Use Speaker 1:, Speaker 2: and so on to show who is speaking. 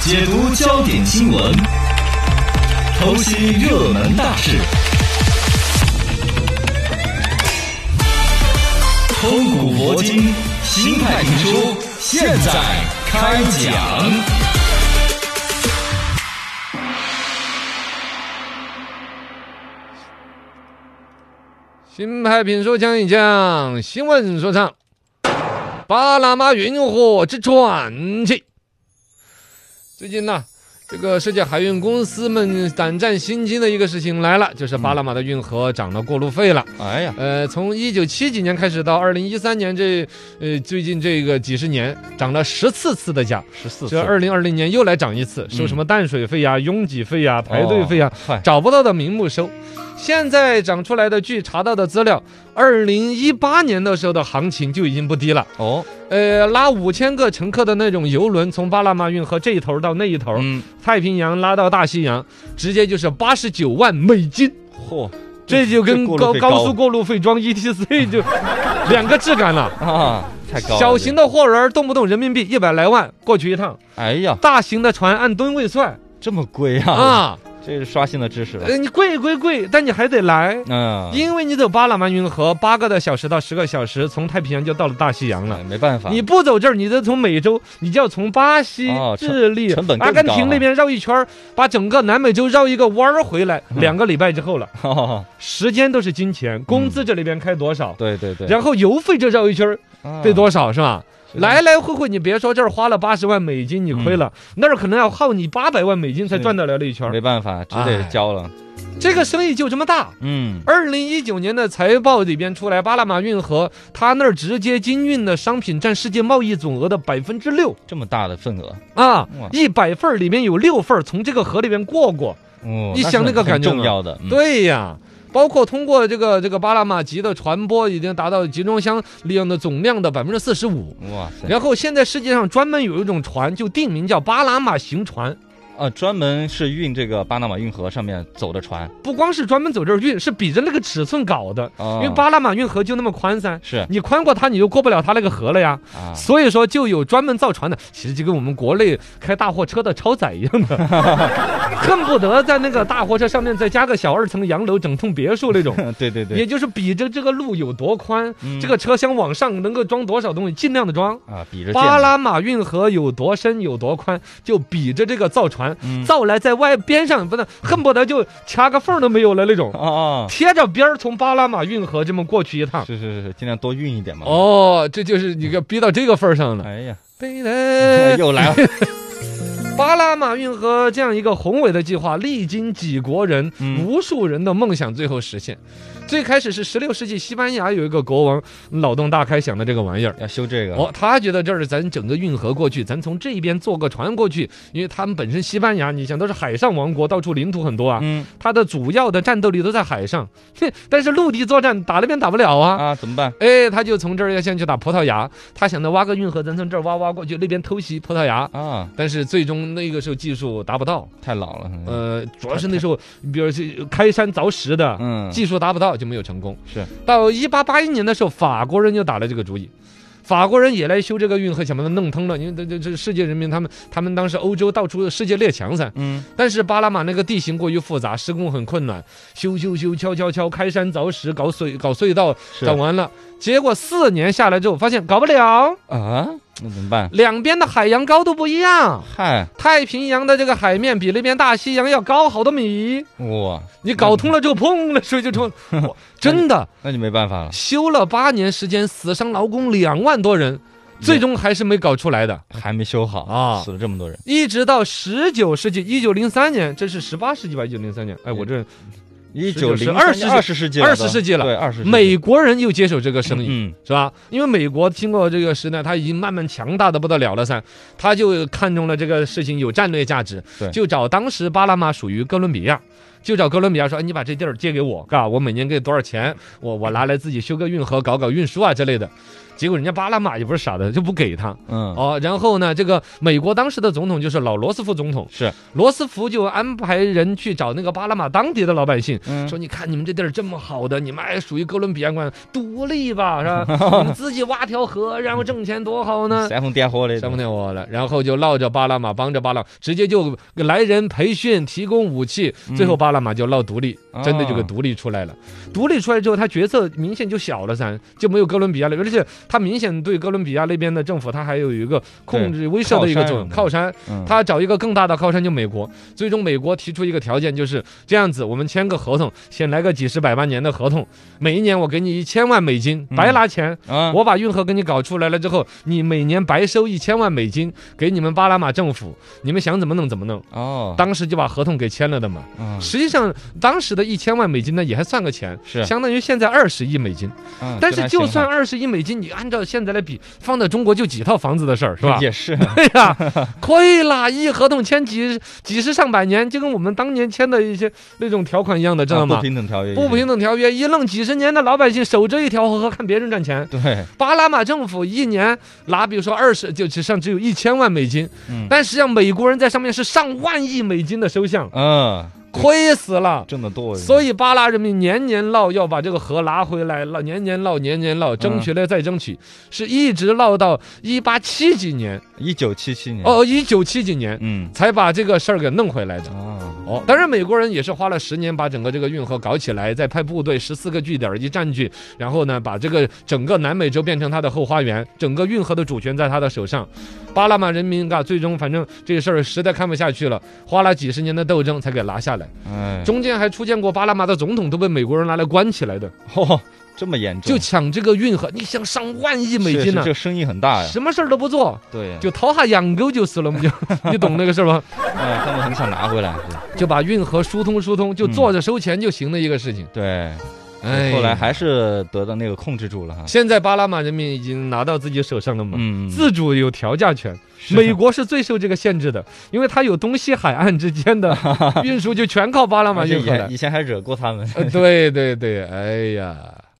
Speaker 1: 解读焦点新闻，剖析热门大事，通古博今，新派评书，现在开讲。
Speaker 2: 新派评书讲一讲新闻说唱，巴拿马运河之传奇。最近呢，这个世界海运公司们胆战心惊的一个事情来了，就是巴拿马的运河涨了过路费了。
Speaker 1: 哎呀，
Speaker 2: 呃，从一九七几年开始到二零一三年这，呃，最近这个几十年涨了十四次的价，
Speaker 1: 十四
Speaker 2: 这二零二零年又来涨一次，收什么淡水费呀、拥挤费呀、排队费呀，
Speaker 1: 嗨
Speaker 2: 找不到的名目收。现在涨出来的，据查到的资料，二零一八年的时候的行情就已经不低了。
Speaker 1: 哦，
Speaker 2: 呃，拉五千个乘客的那种游轮，从巴拿马运河这一头到那一头，
Speaker 1: 嗯，
Speaker 2: 太平洋拉到大西洋，直接就是八十九万美金，
Speaker 1: 嚯，
Speaker 2: 这就跟
Speaker 1: 过
Speaker 2: 高
Speaker 1: 路费
Speaker 2: 高速过路费装 ETC 就 两个质感了。
Speaker 1: 啊，太高了，
Speaker 2: 小型
Speaker 1: 的，
Speaker 2: 的货轮儿动不动人民币一百来万过去一趟，
Speaker 1: 哎呀，
Speaker 2: 大型的船按吨位算
Speaker 1: 这么贵啊！
Speaker 2: 啊，
Speaker 1: 这是刷新的知识了。
Speaker 2: 呃，你贵贵贵，但你还得来，
Speaker 1: 嗯，
Speaker 2: 因为你走巴拿马运河八个的小时到十个小时，从太平洋就到了大西洋了。
Speaker 1: 哎没办法，
Speaker 2: 你不走这儿，你得从美洲，你就要从巴西
Speaker 1: 哦、成
Speaker 2: 智利、
Speaker 1: 成本更
Speaker 2: 阿根
Speaker 1: 高
Speaker 2: 廷
Speaker 1: 啊
Speaker 2: 那边绕一圈儿，把整个南美洲绕一个弯儿回
Speaker 1: 嗯
Speaker 2: 来，两个礼拜之后了。时间都是金钱，工资这里边开多少，
Speaker 1: 对嗯对对，嗯
Speaker 2: 然后油费这绕一圈儿
Speaker 1: 啊
Speaker 2: 得多少是吧？
Speaker 1: 是的
Speaker 2: 来来回回，你别说这儿花了八十万美金，你亏了，那儿可能要耗你八百万美金才
Speaker 1: 嗯是
Speaker 2: 转得了那一圈儿
Speaker 1: 没。办法，只
Speaker 2: 哎
Speaker 1: 得交了。
Speaker 2: 这个生意就这么大。
Speaker 1: 嗯，
Speaker 2: 二零一九年的财报里边出来，巴拿马运河它那儿直接经运的商品占世界贸易总额的百分之六
Speaker 1: 这么大的份额，
Speaker 2: 啊
Speaker 1: 哇，
Speaker 2: 一百份儿里面有六份儿从这个河里面过过。
Speaker 1: 哦，
Speaker 2: 你
Speaker 1: 那
Speaker 2: 想
Speaker 1: 是
Speaker 2: 那个
Speaker 1: 很
Speaker 2: 感觉
Speaker 1: 重
Speaker 2: 吗
Speaker 1: 要的，嗯
Speaker 2: 对呀。包括通过这个这个巴拿马级的传播，已经达到集装箱利用的总量的百分之四十五。
Speaker 1: 哇塞，
Speaker 2: 然后现在世界上专门有一种船，就定名叫巴拿马型船，
Speaker 1: 啊，专门是运这个巴拿马运河上面走的船，
Speaker 2: 不光是专门走这儿运，是比着那个尺寸搞的。
Speaker 1: 因
Speaker 2: 因为巴拿马运河就那么宽噻，
Speaker 1: 哦是
Speaker 2: 你宽过它，你就过不了它那个河了呀。
Speaker 1: 啊，
Speaker 2: 所以说，就有专门造船的，其实就跟我们国内开大货车的超载一样的， 恨不得在那个大货车上面再加个小二层洋楼、整栋别墅那种。
Speaker 1: 对对对
Speaker 2: 也，就是比着这个路有多宽，
Speaker 1: 嗯
Speaker 2: 这个车厢往上能够装多少东西，尽量的装。
Speaker 1: 啊，比着
Speaker 2: 巴
Speaker 1: 剑
Speaker 2: 拿马运河有多深有多宽，就比着这个造船，
Speaker 1: 嗯
Speaker 2: 造来在外边上不能恨不得就掐个缝儿都没有了那种，
Speaker 1: 啊，
Speaker 2: 贴着边儿从巴拿马运河这么过去一趟。
Speaker 1: 是是是，尽量多运一点嘛。，
Speaker 2: 哦，这就是你给逼到这个份儿上了。
Speaker 1: 哎呀，
Speaker 2: Baby
Speaker 1: 又来了，
Speaker 2: 巴拿马运河这样一个宏伟的计划，历经几国人、
Speaker 1: 嗯
Speaker 2: 无数人的梦想，最后实现。最开始是16世纪西班牙有一个国王脑洞大开想的这个玩意儿。
Speaker 1: 要修这个
Speaker 2: 哦，他觉得这儿咱整个运河过去，咱从这边坐个船过去，因为他们本身西班牙，你想都是海上王国，到处领土很多啊，
Speaker 1: 嗯
Speaker 2: 他的主要的战斗力都在海上，哼，但是陆地作战打那边打不了啊，
Speaker 1: 啊，怎么办？
Speaker 2: 哎，他就从这儿要先去打葡萄牙，他想着挖个运河，咱从这儿挖挖过去，那边偷袭葡萄牙，
Speaker 1: 啊，
Speaker 2: 但是最终那个时候技术达不到，
Speaker 1: 太老了，嗯
Speaker 2: 呃，主要是那时候，比如是开山凿石的。
Speaker 1: 嗯，
Speaker 2: 技术达不到就没有成功。
Speaker 1: 是，
Speaker 2: 到一八八一年的时候，法国人就打了这个主意，法国人也来修这个运河，想把它弄通了。因为这这这世界人民他们他们当时欧洲到处世界列强噻，
Speaker 1: 嗯，
Speaker 2: 但是巴拿马那个地形过于复杂，施工很困难，修修修敲敲敲，开山凿石，搞隧搞隧道，
Speaker 1: 是
Speaker 2: 整完了。结果四年下来之后，发现搞不了，
Speaker 1: 啊，那怎么办？
Speaker 2: 两边的海洋高度不一样。
Speaker 1: 嗨，
Speaker 2: 太平洋的这个海面比那边大西洋要高好多米，
Speaker 1: 哇，
Speaker 2: 你搞通了之后，砰了水就冲，哇真的，
Speaker 1: 那就没办法了。
Speaker 2: 修了八年时间，死伤劳工两万多人，最终还是没搞出来的。
Speaker 1: 还没修好
Speaker 2: 啊
Speaker 1: 死了这么多人，
Speaker 2: 一直到十九世纪，一九零三年，这是十八世纪吧？一九零三年，哎，我这
Speaker 1: 一
Speaker 2: 19
Speaker 1: 零
Speaker 2: 20
Speaker 1: 二十世纪了都
Speaker 2: 20世纪了
Speaker 1: 对，二十
Speaker 2: 美国人又接手这个生意，
Speaker 1: 嗯，
Speaker 2: 是吧？因为美国经过这个时代，他已经慢慢强大的不得了了噻，他就看中了这个事情有战略价值
Speaker 1: 对，
Speaker 2: 就找当时巴拿马属于哥伦比亚。就找哥伦比亚说，哎你把这地儿借给我，嘎，我每年给多少钱，我我拿来自己修个运河，搞搞运输啊之类的。结果人家巴拿马也不是傻的，就不给他。
Speaker 1: 嗯，
Speaker 2: 哦，然后呢，这个美国当时的总统就是老罗斯福总统，
Speaker 1: 是
Speaker 2: 罗斯福就安排人去找那个巴拿马当地的老百姓，
Speaker 1: 嗯
Speaker 2: 说你看你们这地儿这么好的，你们哎属于哥伦比亚管独立吧，是 吧？你们自己挖条河，然后挣钱多好呢。
Speaker 1: 煽风点火的，
Speaker 2: 山不听我了，然后就闹着巴拿马，帮着巴拿马，直接就来人培训，提供武器，最后巴拿马就闹独立，
Speaker 1: 啊
Speaker 2: 真的就给独立出来了。独立出来之后，他角色明显就小了噻，就没有哥伦比亚了，而且他明显对哥伦比亚那边的政府，他还有一个控制威慑的一个作用
Speaker 1: 靠
Speaker 2: 靠山，
Speaker 1: 嗯，
Speaker 2: 他找一个更大的靠山就美国。最终美国提出一个条件，就是这样子，我们签个合同，先来个几十百万年的合同，每一年我给你一千万美金，
Speaker 1: 嗯
Speaker 2: 白拿钱。
Speaker 1: 啊，
Speaker 2: 我把运河给你搞出来了之后，你每年白收一千万美金给你们巴拿马政府，你们想怎么弄怎么弄。
Speaker 1: 哦，
Speaker 2: 当时就把合同给签了的嘛。
Speaker 1: 嗯
Speaker 2: 实际上，当时的一千万美金呢，也还算个钱，
Speaker 1: 是
Speaker 2: 相当于现在二十亿美金。
Speaker 1: 嗯
Speaker 2: 但是就算
Speaker 1: 跟
Speaker 2: 二十亿美金，你按照现在来比，放到中国就几套房子的事儿，是
Speaker 1: 他
Speaker 2: 吧
Speaker 1: 想法？也是，啊
Speaker 2: 对呀、亏了，一合同签几几十上百年，就跟我们当年签的一些那种条款一样的，知道
Speaker 1: 啊
Speaker 2: 吗
Speaker 1: 不？平等条约，
Speaker 2: 不平等条约一弄几十年的老百姓守着一条河，看别人赚钱。
Speaker 1: 对，
Speaker 2: 巴拿马政府一年拿，比如说二十，就只上只有一千万美金，
Speaker 1: 嗯
Speaker 2: 但实际上美国人在上面是上万亿美金的收项，
Speaker 1: 嗯，
Speaker 2: 亏死了。
Speaker 1: 挣得多，
Speaker 2: 所
Speaker 1: 以
Speaker 2: 以巴拿人民年年闹要把这个河拿回来，闹年年闹年年闹，争取了再争取，是一直闹到一八七几年，
Speaker 1: 一九七七年，，
Speaker 2: 哦，一九七几年
Speaker 1: 嗯，
Speaker 2: 才把这个事儿给弄回来的。
Speaker 1: 哦，
Speaker 2: 哦，当然，美国人也是花了十年把整个这个运河搞起来，再派部队十四个据点儿一占据，然后呢，把这个整个南美洲变成他的后花园，整个运河的主权在他的手上。巴拿马人民啊，最终反正这事儿实在看不下去了，花了几十年的斗争才给拿下来。
Speaker 1: 哎，
Speaker 2: 中间还出现过巴拿马的总统都被美国人拿来关起来的，
Speaker 1: 嚯，这么严重，
Speaker 2: 就抢这个运河，你想上万亿美金
Speaker 1: 是
Speaker 2: 呢、
Speaker 1: 是这生意很大呀，
Speaker 2: 什么事儿都不做，
Speaker 1: 对，
Speaker 2: 就掏下养狗就死了，我们就 你懂那个事儿吗？
Speaker 1: 啊，他们很想拿回来，对
Speaker 2: 就把运河疏通疏通，就坐着收钱就行的一个事情。
Speaker 1: 嗯对。
Speaker 2: 哎，
Speaker 1: 后来还是得到那个控制住了哈。
Speaker 2: 现在巴拿马人民已经拿到自己手上了嘛，
Speaker 1: 嗯，
Speaker 2: 自主有调价权。
Speaker 1: 是
Speaker 2: 美国是最受这个限制的，因为它有东西海岸之间的运输，就全靠巴拿 马
Speaker 1: 而且
Speaker 2: 运
Speaker 1: 以
Speaker 2: 河了
Speaker 1: 前。以前还惹过他们。
Speaker 2: 呃对对对，哎呀。